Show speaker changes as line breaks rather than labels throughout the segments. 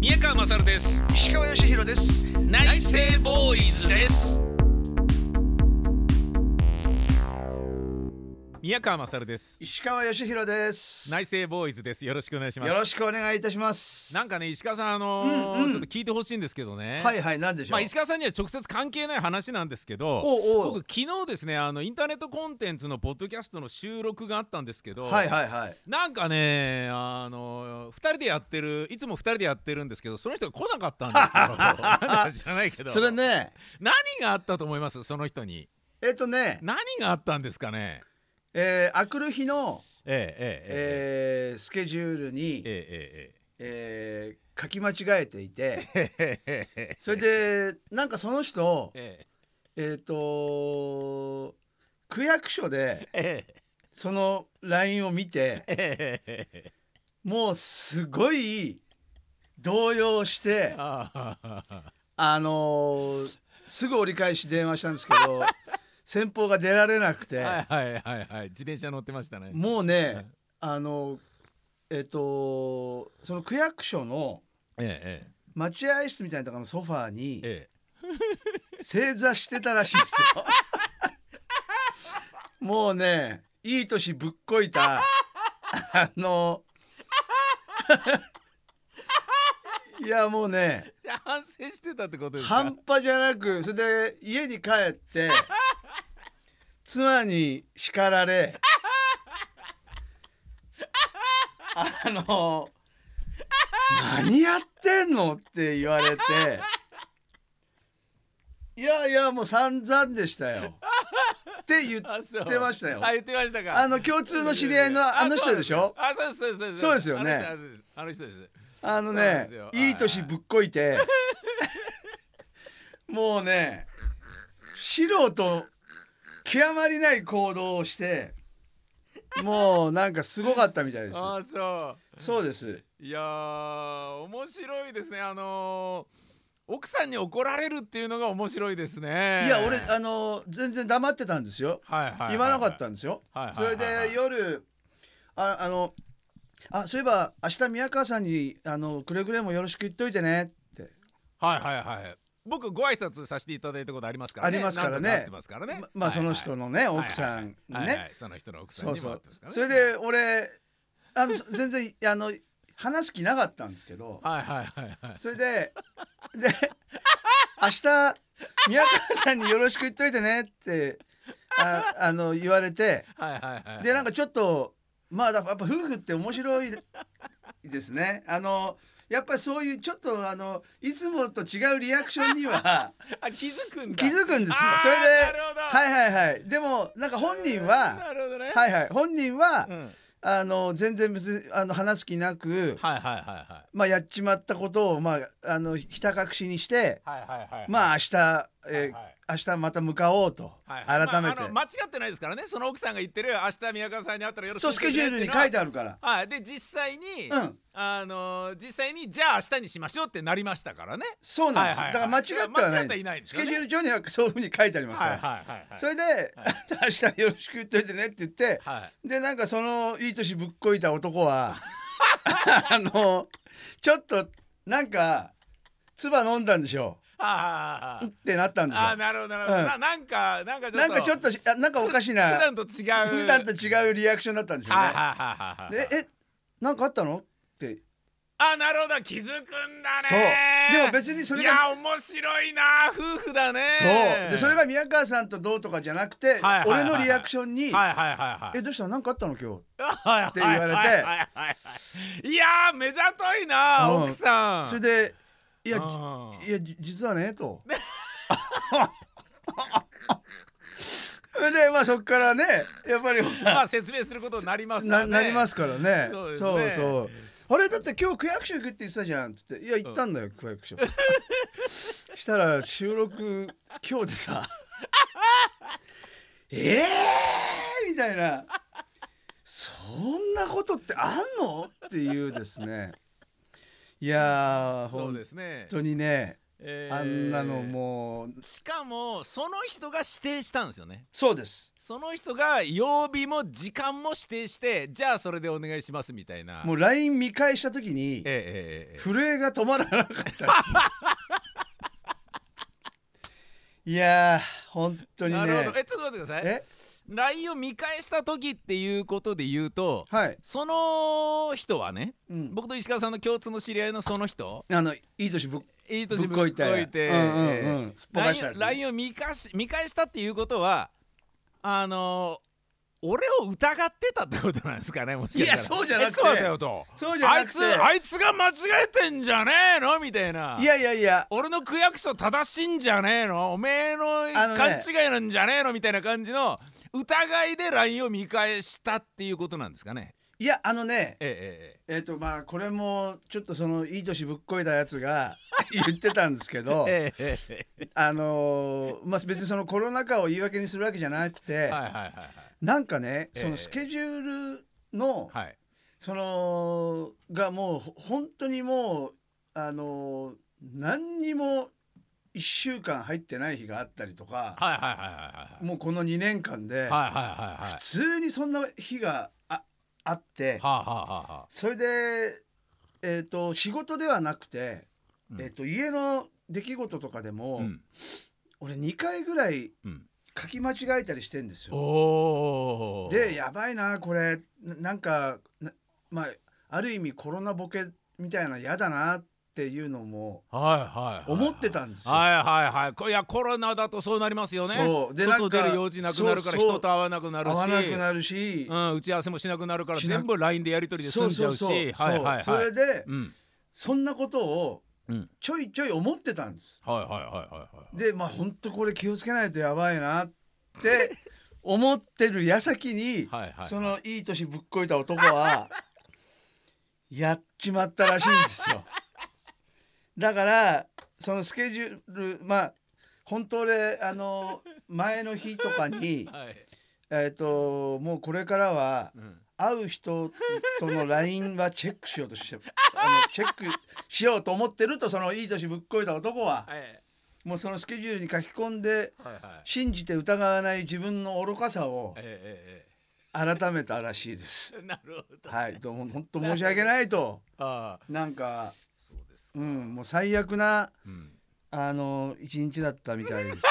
宮川勝です
石川義弘です
内政ボーイズです宮川勝です
石川義弘です
内政ボーイズですよろしくお願いします
よろしくお願いいたします
なんかね石川さんあのー
うんうん
ちょっと聞いてほしいんですけどね
はいはいなんでしょう、
まあ、石川さんには直接関係ない話なんですけど
おうおう
僕昨日ですねあのインターネットコンテンツのポッドキャストの収録があったんですけど、
はいはいはい
なんかねあの2人でやってるいつも2人でやってるんですけどその人が来なかったんで すよ なんだか知らないけど
それね
何があったと思いますその人に
えっ、とね、
何があったんですかね
えー、あくる日の、
ええええええ
えー、スケジュールに、え
え
ー、書き間違えてい て
ええええええ
それでなんかその人
え
えっ、と区役所で
ええ
その LINE を見て
ええええ
もうすごい動揺して
ああ
あのーすぐ折り返し電話したんです けど先方が出られなくて、
はいはいはいはい自転車乗ってましたね
もう
はい
ねあのーえっとその区役所の
ええ
待合室みたいなところのソファーに
ええ
正座してたらしいです よ。もうねいい年ぶっこいたあ のいやもうね
じゃあ反省してたってことですか
半端じゃなくそれで家に帰って 妻に叱られあの「何やってんの?」って言われて「いやいやもう散々でしたよ」って言っ
あそう
てましたよ
あ言ってましたか
あの共通の知り合いのあの人でしょ
あそうですそうです
そうですよね
あの人ですあの人です
あの
そうなん
ね
ですよ
いい年ぶっこいてもうね素人極まりない行動をしてもうなんかすごかったみたいです
あそ
そうです
ういやー面白いですねあのー、奥さんに怒られるっていうのが面白いですね
いや俺
はい
あの全然黙ってたんですよ
はいはいはい
言わなかったんですよ
はいはい
それ
はいはい
で夜ああのあそういえば明日宮川さんにあのくれぐれもよろしく言っといてねって
はいはいはい僕ご挨拶させていただいたことありますからね
ありますから
なんと
ね
なってますからね
ままあその人
の
のね奥さんに
はいはい
ね
はいその人の奥さ
そ
ん
う
にも
そ
なっ
う
てますからね
それで俺あのそ 全然あの話す気なかったんですけど
はいはいはいはい
それでで明日宮川さんによろしく言っといてねってああの言われて
はいはいはい
でなんかちょっとまあだやっぱ夫婦って面白いですねあのやっぱりそういうちょっとあのいつもと違うリアクションには
あ気づくんだ
気づくんですよ
あー
それで
なるほど
はいはいはいでもなんか本人は
なるほどね
はいはい本人は、
うんはい
あの全然別にあの話す気なく、
はいはいはい
まあ、やっちまったことを、まあ、あのひた隠しにして、
はいはいはいはい
まあ明日、えー
はいはい
明日また向かおうと、
はい
改めて、
まああの間違ってないですからねその奥さんが言ってる明日宮川さんに会ったらよろしく
そうスケジュールに書い
て
てあるから
はいで実際に、
うん
あのー実際にじゃあ明日にしましょうってなりましたからね
そうなんです、
はいはいはい
だから間違ってはない
間違ってはいないです
ス
よね
ケジュール上にはそういうふうに書いてありますから、
はいはいはい
それで、 明日よろしく言っといてねって言って、
はい
でなんかそのいい年ぶっこいた 男はあのちょっとなんか唾飲んだんでしょ
あ
うってなったん
あ
でしょ
ああなるほどなるほど、
うん
ななんかなんかちょっと
なんかちょっとしあなんかおかし
普
な
段と違う
普段と
違う
違うリアクションだったんでしょう
はいはい
ね。
はいはいはい
でえなんかあったのって
あなるほど気づくんだね
そうでも別にそれが
いや面白いな夫婦だね
そうでそれが宮川さんとどうとかじゃなくて
はいはいはいは
俺
い
のリアクションに
はいはいはいはい
えどうしたのなんかあったの今日
って
言われて
ていやー目ざといな、
うん
奥さん
それでいや
うん
じいやじ実は ねと それでまあそっからねやっぱりほら
まあ説明することになりますわ
な
ね
なりますからね
そうですね
そうそうあれだって今日区役所行くって言ってたじゃんっつって「いや行ったんだよ、区役所」 したら収録今日でさ 「ええー!」みたいな「そんなことってあんの?」っていうですねいやー
そう
本
ですね
当にね
えー
あんなのもう
しかもその人が指定したんですよね
そうです
その人が曜日も時間も指定してじゃあそれでお願いしますみたいな
もう LINE 見返した時に
ええええええ
震えが止まらなか ったですいやー本当にね
なるほどえちょっと待ってください
え
LINE を見返した時っていうことで言うと
はい、
その人はね
うん、
僕と石川さんの共通の知り合いのその人
あのいい年ぶっ
いい
ぶ
年
っこいて
ぶっこいて
うんうんうん
ええ
すっぽかした
LINE を LINE を見返し見返したっていうことはあの俺を疑ってたってことなんですかねもしかしたら
いやそうじゃなくて
えそうだよと
そうじゃ
あ
ないく
つ
て
あいつが間違えてんじゃねえのみたいない
やいやいや
俺の区役所正しいんじゃねえのおめえの
あのね
勘違いなんじゃねえのみたいな感じの疑いで LINE を見返したっていうことなんですかね
いやあのね
え
えっ、とまあこれもちょっとそのいい年ぶっこいたや つが言ってたんですけど
ええええええ
あのーまあ別にそのコロナ禍を言い訳にするわけじゃなくて、
えはいはいはいはい
なんかね
ええ
そのスケジュールの、
はい
そのがもうほ本当にもうあのー何にも1週間入ってない日があったりと
は
か、
いはいはいはい
もうこの2年間で、
はいはいはいはい
普通にそんな日がああって、
はあはあはあはあ
それで、えー、と仕事ではなくて、
うん
えー、と家の出来事とかでも、
うん
俺2回ぐらい
うん
書き間違えたりしてんですよ。
おお
でやばいなこれななんかなまあある意味コロナボケみたいなの嫌だなっていうのも
はいはいはいはい
思ってたんですよ。
はいはいはいこいやコロナだとそうなりますよね
そうで
外
なん
出
か
る用事なくなるから
そうそう
人と会わなくなる
合
し
わなくなるし、
うん、打ち合わせもしなくなるから
しな
全部 LINE でやり取りで済んじゃうし
そうそうそう
はいはい
そうそ
はい
れで、
うん
そんなことを
うん
ちょいちょい思ってたんです。
はいはいはいはいはい
でまあ本当これ気をつけないとやばいなって思ってる矢先に、
はいはいはい
そのいい年ぶっこいた男は やっちまったらしいんですよ。だからそのスケジュールまあ本当であの前の日とかに
はい
えっともうこれからは
うん
会う人との LINE はチェックしようとしてあのチェックしようと思ってるとそのいい年ぶっこいた男は
はい
もうそのスケジュールに書き込んで
はいはい
信じて疑わない自分の愚かさを
ええ
改めたらしい です。
ええなるほど
はい、どうも本当申し訳ないと
ああ
なんか、
そうですか
うん、もう最悪な
うん
あの一日だったみたいですね。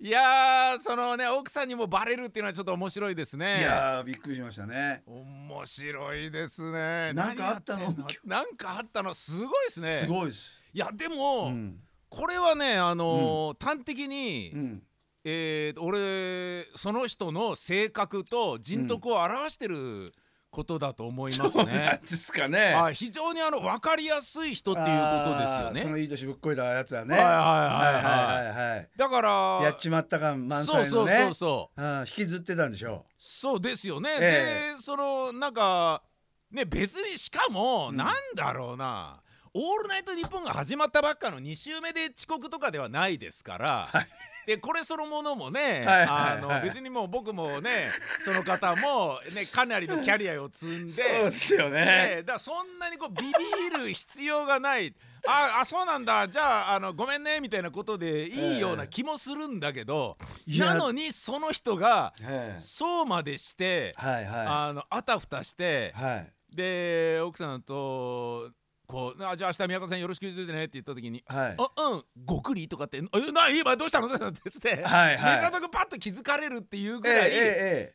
いやーそのね奥さんにもバレるっていうのはちょっと面 白いですね
いやーびっくりしましたね。
面白いですね
なんかあったの
何やてんなんかあったのすごいですね
す
い
ごいです。
やで
う
も、
ん、
これはねあのー端的に、
うん、
えー俺その人の性格と人徳を表してることだと思います
そうなん
ね。
ですかね。
はい、非常にあの分かりやすい人っていうこと
あー
です
そ
よね。
のいい年ぶっこいたやつはね。
はいは
は
い
い
はいはい。
はいはいはい。
だから
やっちまった感満
そう
載
そ
の
う
ね。
そうそう
うん引きずってたんでしょ
そうですよね。
え
でそのなんかね別にしかも、
うん
なんだろうな「オールナイトニッポン」が始まったばっかの2週目で遅刻とかではないですから。でこれそのものもね、
はいはいはい
あの別にもう僕もねその方もねかなりのキャリアを積ん
う。
で
そうですよ
ね
ね。
だからそんなにこうビビる必要がないああそうなんだじゃああのごめんねみたいなことでいいような気もするんだけど、
いや
なのにその人が
ええ
そうまでして、
はいは
あのあたふたして
い。、はい。
で奥さんとこうあ「じゃあ明日宮川さんよろしく言っててね」って言った時に「
はい。
あうんごくり?」とかって「えない今どうしたの?」ってつって、
はいはい
目ざとくパッと気づかれるっていう
え
ぐ
え
らい。
ええ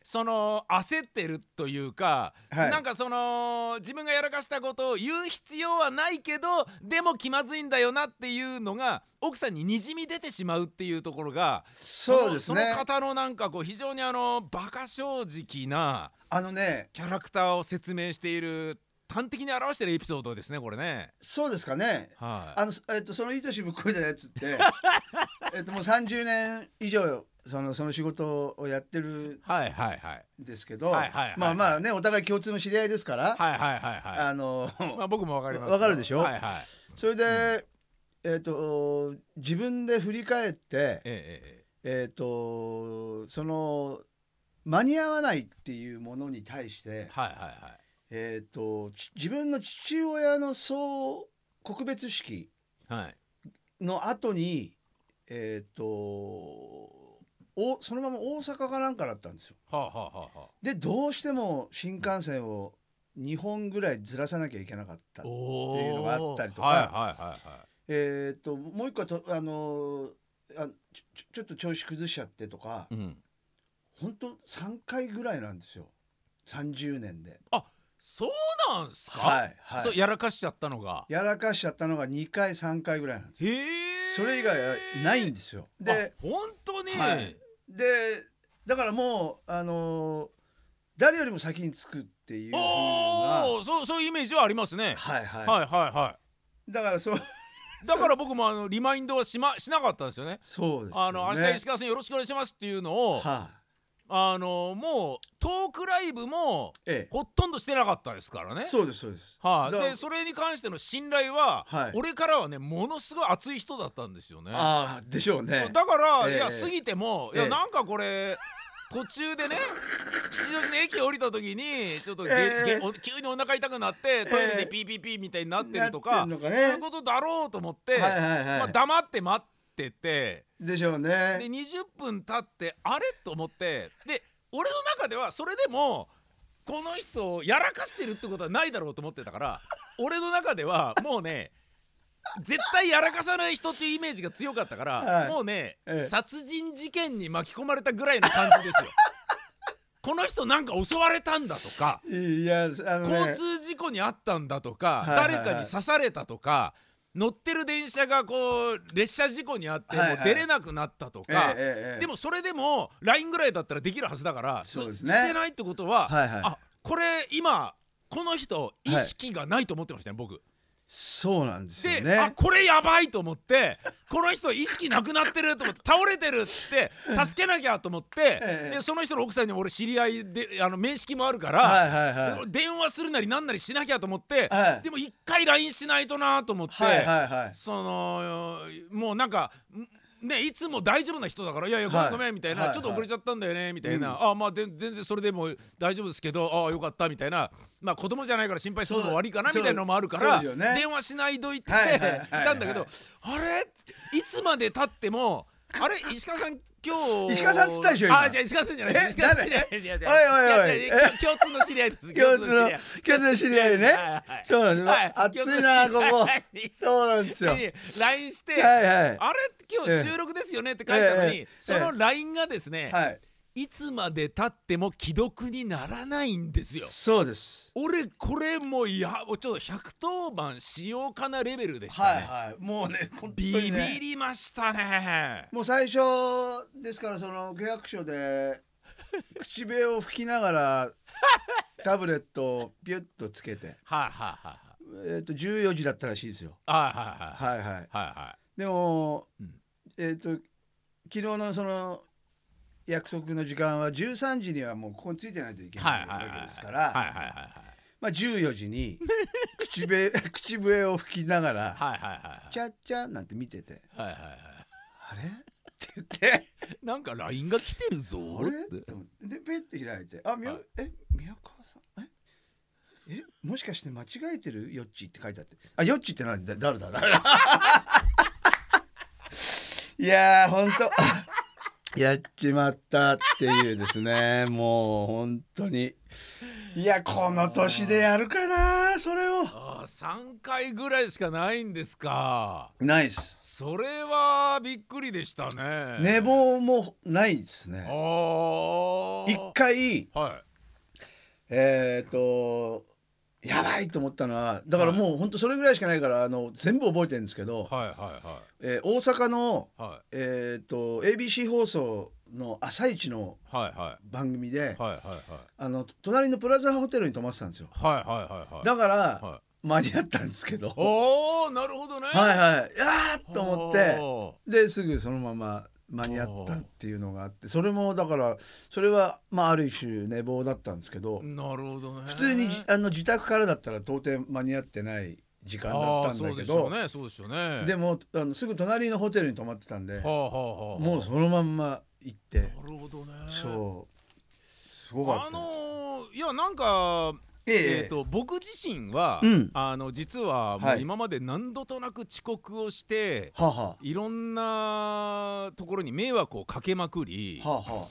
え
その焦ってるというか、
はい
なんかその自分がやらかしたことを言う必要はないけどでも気まずいんだよなっていうのが奥さんににじみ出てしまうっていうところが
えそうです
そのそ
ね
の。方のなんかこう非常にあのバカ正直な
あのね、
キャラクターを説明している端的に表してるエピソードですねこれね。
そうですかね。
はい
あの、えっと、そのいい年ぶっこいたやつって。 えっと、もう三十年以上、その、その仕事をやってる
はいはいはい
んですけど。
はいはいはい
まあ、まあ、ね、お互い共通の知り合いですから。
はいはいはいは
あの、
い。まあ僕もわかりますよ。
わかるでしょ
はいはい。
それで。えっと、自分で振り返って。
え
えー、とその間に合わないっていうものに対し
えええ
て、
はいはいはい。
えー、とち自分の父親の総告別式
はい
の後にえっ、とおそのまま大阪かなんかだったんですよ
はあはあはあは
でどうしても新幹線を2本ぐらいずらさなきゃいけなかった
あ、お
っていうのがあったりとか
はいはいはいはい
えっ、ともう一個はとあのーあちょちょちょっと調子崩しちゃってとか
うん、
本当3回ぐらいなんですよ30年で
そうなんすか、
はいはい
そうやらかしちゃったのが
やらかしちゃったのが2回3回ぐらいなんです
へえ
それ以外はないんですよで
で本当に、
はいでだからもうあのー誰よりも先に着くっていう風な
お
は
おそうそういうイメージはありますね
い、はい、
はい、はいはい
だからそう
だから僕もあのリマインドはし,、ま、しなかったんですよね
そうです
あ
よね
の明日石川さんよろしくお願いしますっていうのを、
はい
あのもうトークライブも
え
ほとんどしてなかったですからね
え、そうですそうです
はい、
だから
でそれに関しての信頼は、
はい
俺からはねものすごい熱い人だったんですよね。
ああでしょうね
そうだから、
ええ
いや過ぎても、い
え
や
え
なんかこれ途中でね 吉祥寺の駅降りた時にちょっとげ、
ええ
げお急にお腹痛くなってトイレでピーピーピーみたいになってるとか、
なってんのか
そう
ね
いうことだろうと思って、
はいはいはい、
まあ、黙って待ってて
でしょう
で
ね
20分経ってあれと思ってで俺の中ではそれでもこの人をやらかしてるってことはないだろうと思ってたから俺の中ではもうね絶対やらかさない人っていうイメージが強かったから、
はい
もうね、
ええ
殺人事件に巻き込まれたぐらいの感じですよ。この人なんか襲われたんだとか
いやあのね
交通事故に遭ったんだとか、
はいはいは
誰
い
かに刺されたとか乗ってる電車がこう列車事故に遭っても
はいはいう
出れなくなったとか、
ええええ
でもそれでも LINE ぐらいだったらできるはずだから
そうですね
してないってことは、
はいはい
あこれ今この人意識がないと思ってましたね、僕。
そうなんです
で、
よね
あこれやばいと思ってこの人意識なくなってると思って倒れてるっつって助けなきゃと思って、
ええ
でその人の奥さんにも俺知り合いであの面識もあるから、
はいはいはい
電話するなりなんなりしなきゃと思って、
はい
でも一回 LINE しないとなと思って、
はいはいはい
そのもうなんかんねいつも大丈夫な人だから「いやいやごめ
は
ん
い
ごめん」みたいな、
はい
ちょっと遅れちゃったんだよね」みたいな「あまあで全然それでも大丈夫ですけどああよかった」みたいな「まあ子供じゃないから心配するのも悪いかな」み
そう
たいなのもあるか
そう
ら、
ですよね
電話しないといって、
はい
い
はいはいはい
たんだけど「あれいつまでたってもあれ石川さん今日
石川さんっつったでしょ今
あじゃあ石川さんじゃない
え
石川さんじゃないいやいや
おいおいおい
ややや共通の知り合いです
共通の
知り合い
共通の知り合いね
はいはい
そうなんです、
はい
暑いなここそうなんですよはい
に LINE して、
はい
あれ今
え
日
え
収録ですよねって書いたのに、
ええええ
その LINE がですね、
はい
い、つまでたっても既読にならないんですよ。
そうです
俺これもうやちょっと110番しようかなレベルでしたね。
はいはいもうね本当
ビ
にね
ビりましたね。
もう最初ですからその契約書 で口笛を吹きながらタブレットをビュッとつけて、
はいはいはいはい
えー、と14時だったらしいですよ
はいはいはい
はいはい
はいは
でも、
うん
えっ、と昨日のその約束の時間は13時にはもうここについてないといけ
い
な
はいいはい
わけですか
はい
ら
はいはいはい
まあ14時に口笛 口笛を吹きながら
はいはいはい
「チャッチャ」なんて見てて
はいはいは
「あれ?」って言って。
いなんか LINE が来てるぞ
あれ
って
と思ってでペッて開いて「あ宮、
はい
え宮川さんええもしかして間違えてるヨッチーって書いてあって「あヨッチーって何だ誰だ誰だ」 いやーほんと あやっちまったっていうですねもう本当にいやこの年でやるかなそれを
ああ3回ぐらいしかないんですか
ないっす
それはびっくりでしたね
寝坊もないですね
ああ
一回
は
えー、とやばいと思ったのはだからもう本当それぐらいしかないからあの全部覚えてるんですけど、
いはいはいは
えー大阪の、
いはい
えー、と ABC 放送の「朝一の
はいはい
番組で、
はいはいはい
あの隣のプラザホテルに泊まってたんですよ
はいはいはい
だから、
はい
間に合ったんですけどは
おおなるほどね
いはいいやーっと思って
お
ですぐそのまま間に合ったっていうのがあってそれもだからそれは、まあ、ある種寝坊だったんですけど
ー、なるほどね
普通にじあの自宅からだったら到底間に合ってない時間だったんだけ
あーそうで
どで,、
しょうねそうでしょうね
もあのすぐ隣のホテルに泊まってたんで
はあはあはあ
もうそのまんま行って
なるほどね
そうすごか
あ
った
のーいやなんか
ええ
えー、と僕自身は、
うん
あの実はも
は
う
い
今まで何度となく遅刻をして、、
はあはい
ろんなところに迷惑をかけまくり、
あはあはあ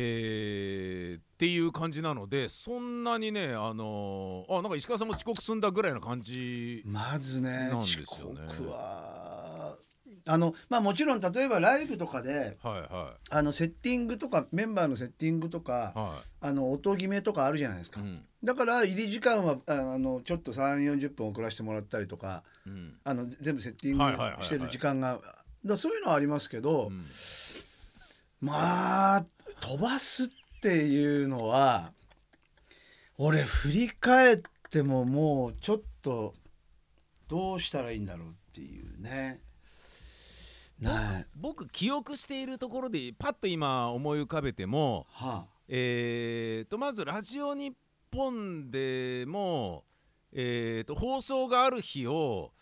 えーっていう感じなのでそんなにねあのーあなんか石川さんも遅刻すんだぐらいな感じ、
まずね
なんです
遅
よね
刻はあのまあもちろん例えばライブとかで
はいは
あのセッティングとかメンバーのセッティングとか
いは
あの音決めとかあるじゃないです
い、う
か、
ん
だから入り時間はああのちょっと3 4 0分遅らせてもらったりとか
うん
あのぜ全部セッティ
はいはいはい
ン
は
グ
い
してる時間が、だからそういうのはありますけど、
うん
まあ飛ばすっていうのは俺振り返ってももうちょっとどうしたらいいんだろうっていうね。ない
僕記憶しているところでパッと今思い浮かべても、
は
えー、とまず「ラジオ日本でも、えー、と放送がある日を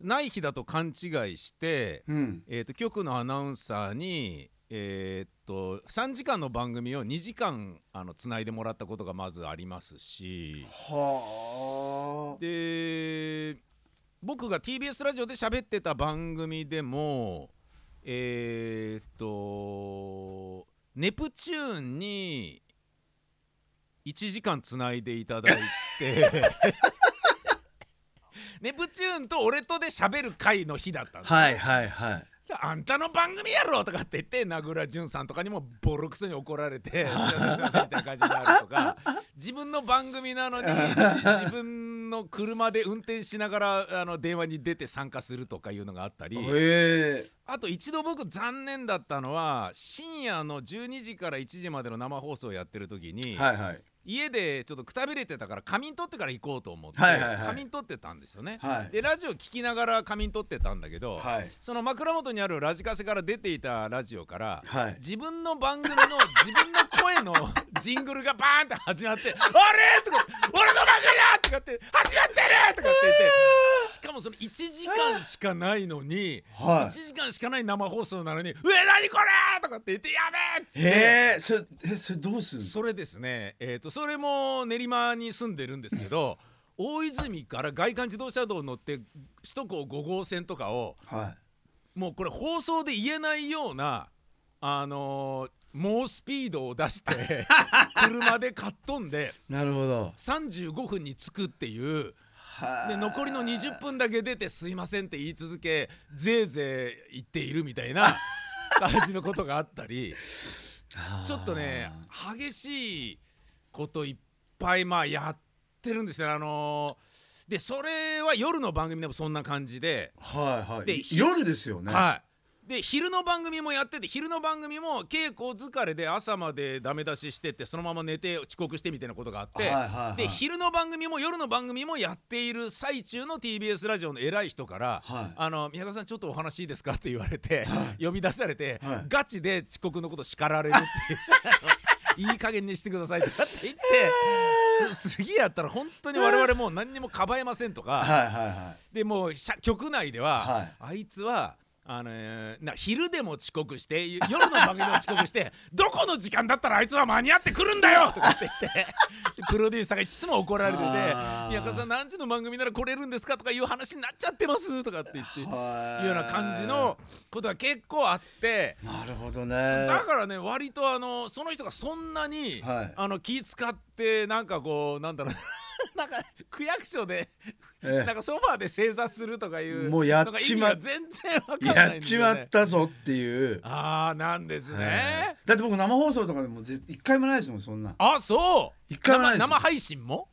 ない日だと勘違いして、
あ、うん、
えー、と局のアナウンサーに、えー、と3時間の番組を2時間あのつないでもらったことがまずありますし
はあ
で僕が TBS ラジオで喋ってた番組でもえー、っとネプチューンに1時間つないでいただいてネプチューンと俺とで喋る回の日だったんですよ
はいはいはい。
あんたの番組やろとかって言って名倉潤さんとかにもボロクソに怒られて「す いませんすいません」みたいな感じになるとか自分の番組な のにじ自分の車で運転しながらあの電話に出て参加するとかいうのがあったり
え
あと一度僕残念だったのは深夜の12時から1時までの生放送をやってる時
え
に、
はいはい
家でちょっとくたびれてたから仮眠取ってから行こうと思って、
はいはいはい
仮眠取ってたんですよね。
はい
でラジオ聞きながら仮眠取ってたんだけど、
はい
その枕元にあるラジカセから出ていたラジオから、
はい。
自分の番 組の自分の声の ジングルがバーンって始ま って「あれ?」とか「俺の番組だ!」とかって「始まってる!」とかって言 ってしかもその1時間しかないのに、
はい
1時間しかない生放送なのに「うえ何これ!」とかって言って「やべえ!」っつって。
ええそれえそれどうするの？
それですね、えー、とそれも練馬に住んでるんですけど大泉から外環自動車道を乗って首都高5号線とかを
は
もうこれ放送で言えないようなあのー猛スピードを出して車でかっ飛んで
い。なるほど。
35分に着くっていう
は
で残りの20分だけ出て「すいません」って言い続けぜいぜい言っているみたいな感じのことがあったり。ちょっとね激しいこといっぱいまあやってるんですよあのーでそれは夜の番組でもそんな感じで、
はいはい。
で
い
昼
夜ですよね。
はいで昼の番組もやってて昼の番組も稽古疲れで朝までダメ出ししてってそのまま寝て遅刻してみたいなことがあって、
はいはいはい
で昼の番組も夜の番組もやっている最中の TBS ラジオの偉い人から「
はい
あの宮田さんちょっとお話いいですか?」って言われて、呼び出されて、
はい
ガチで遅刻のこと叱られるっていう いい加減にしてくださいとかって言ってつ次やったら本当に我々もう何にもかばえませんとか。
はいはいは
でもう社局内では、あいつはあのーな昼でも遅刻して夜の番組でも遅刻して どこの時間だったらあいつは間に合ってくるんだよとかって言ってプロデューサーがいつも怒られてて
あ
「
ー
宮川さん何時の番組なら来れるんですか?」とかいう話になっちゃってますとかって言っていうよ
はいう
な感じのことが結構あって。
い。なるほどね。
だからね割とあのその人がそんなに、
はい
あの気使ってなんかこうなんだろう なんか区役所で
ええ
なんかソファーで正座するとかいう
もうやっちま
なんか意味が全然わかんな
や
い
っ
んで、ね、
ちまったぞっていう。
ああなんですね、
はいだって僕生放送とかでもぜ一回もないですもんそんな。
あそう
一回もな
生
いです
生配信も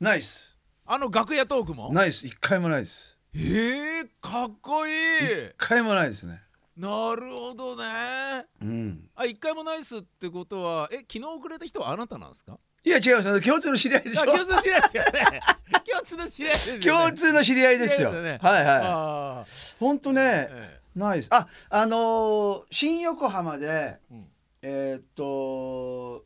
ないっす。
あの楽屋トークも
ないっす。一回もないです。
えー、かっこいい
一回もないですね。
なるほどね
うん。
あ一回もないっすってことはえ昨日遅れた人はあなたなんですか
いや違います。共通の知り合いでし
あ
ょ。
共通の知り合いですよね共通の知り合いですよね
共通の知り合いですよ。
知り合いですよね
はいは
あ
い。本当
あ、
ね、
え
ないです。あ、あのー新横浜で。
えうん
えーっと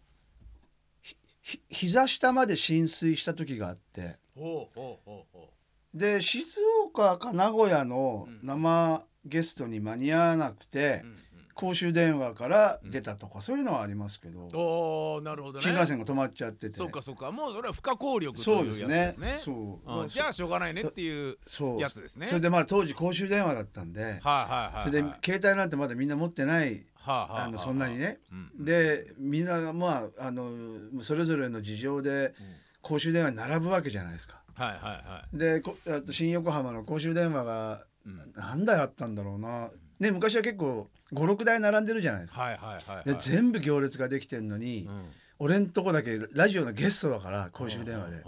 ひひ膝下まで浸水した時があって
ほうほうほうほ
で静岡か名古屋の
うん
生ゲストに間に合わなくて、
ううんうん
公衆電話から出たとか、そういうのはありますけど、
おーなるほどね
新幹線が止まっちゃってて
そうかそうかもうそれは不可抗力と
そう
い
で
う
す
やつ
ね
ですね
そう、
うんじゃあしょうがないねっていう
そう
やつですね
それでまだ当時公衆電話だったんで、
はいはいはいはい
それで携帯なんてまだみんな持ってない
はあはあはあ
あのそんなにね、
うん
でみんながまああのそれぞれの事情で公衆電話に並ぶわけじゃないですか。
はいはいは
でこあと新横浜の公衆電話が
いうん
何台あったんだろうな、ね、昔は結構56台並んでるじゃないですか。
はいはいはいはい
で全部行列ができてんのに、
うん
俺んとこだけラジオのゲストだから公衆電話で
うんうん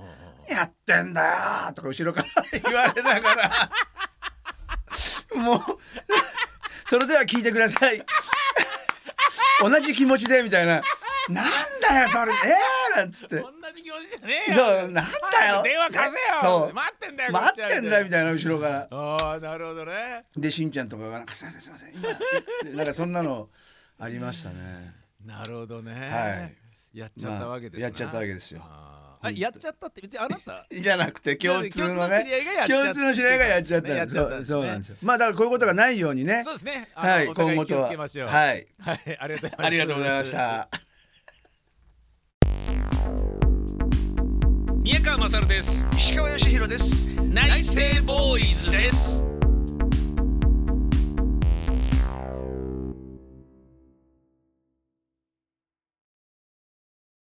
うん
「やってんだよ!」とか後ろから 言われなが らもう それでは聞いてください 同じ気持ちでみたいな「なんだよそれええー!」なん つって
同じ気持ちじゃねえよ
そうなんだよ
電話貸せよ
そう
待ってんだよこっ
待
ち
っ
は
てんだよみたいな後ろから。
ああなるほどね
でしんちゃんとかが「なんかすいませんすいません今」なんかそんなのありましたね。
なるほどね
はい
やっちゃったわけですな
まあやっちゃったわけですよ
あーあやっちゃったって別にあなた
じゃなくて共通のね
共通
共通
の
の
知
知
り合いが
り合いが
や
や
っ
っ
ち
ち
ゃ
ゃ
っ
ったた
んだ
んです、そうそうなんですよまあだからこういうことがないようにね
そうですねあの
はい
お互
今後と
気を
は
つけましょう
はい
はいありがとうございます
ありがとうございました
宮川勝です
石川義弘です
内政ボーイズです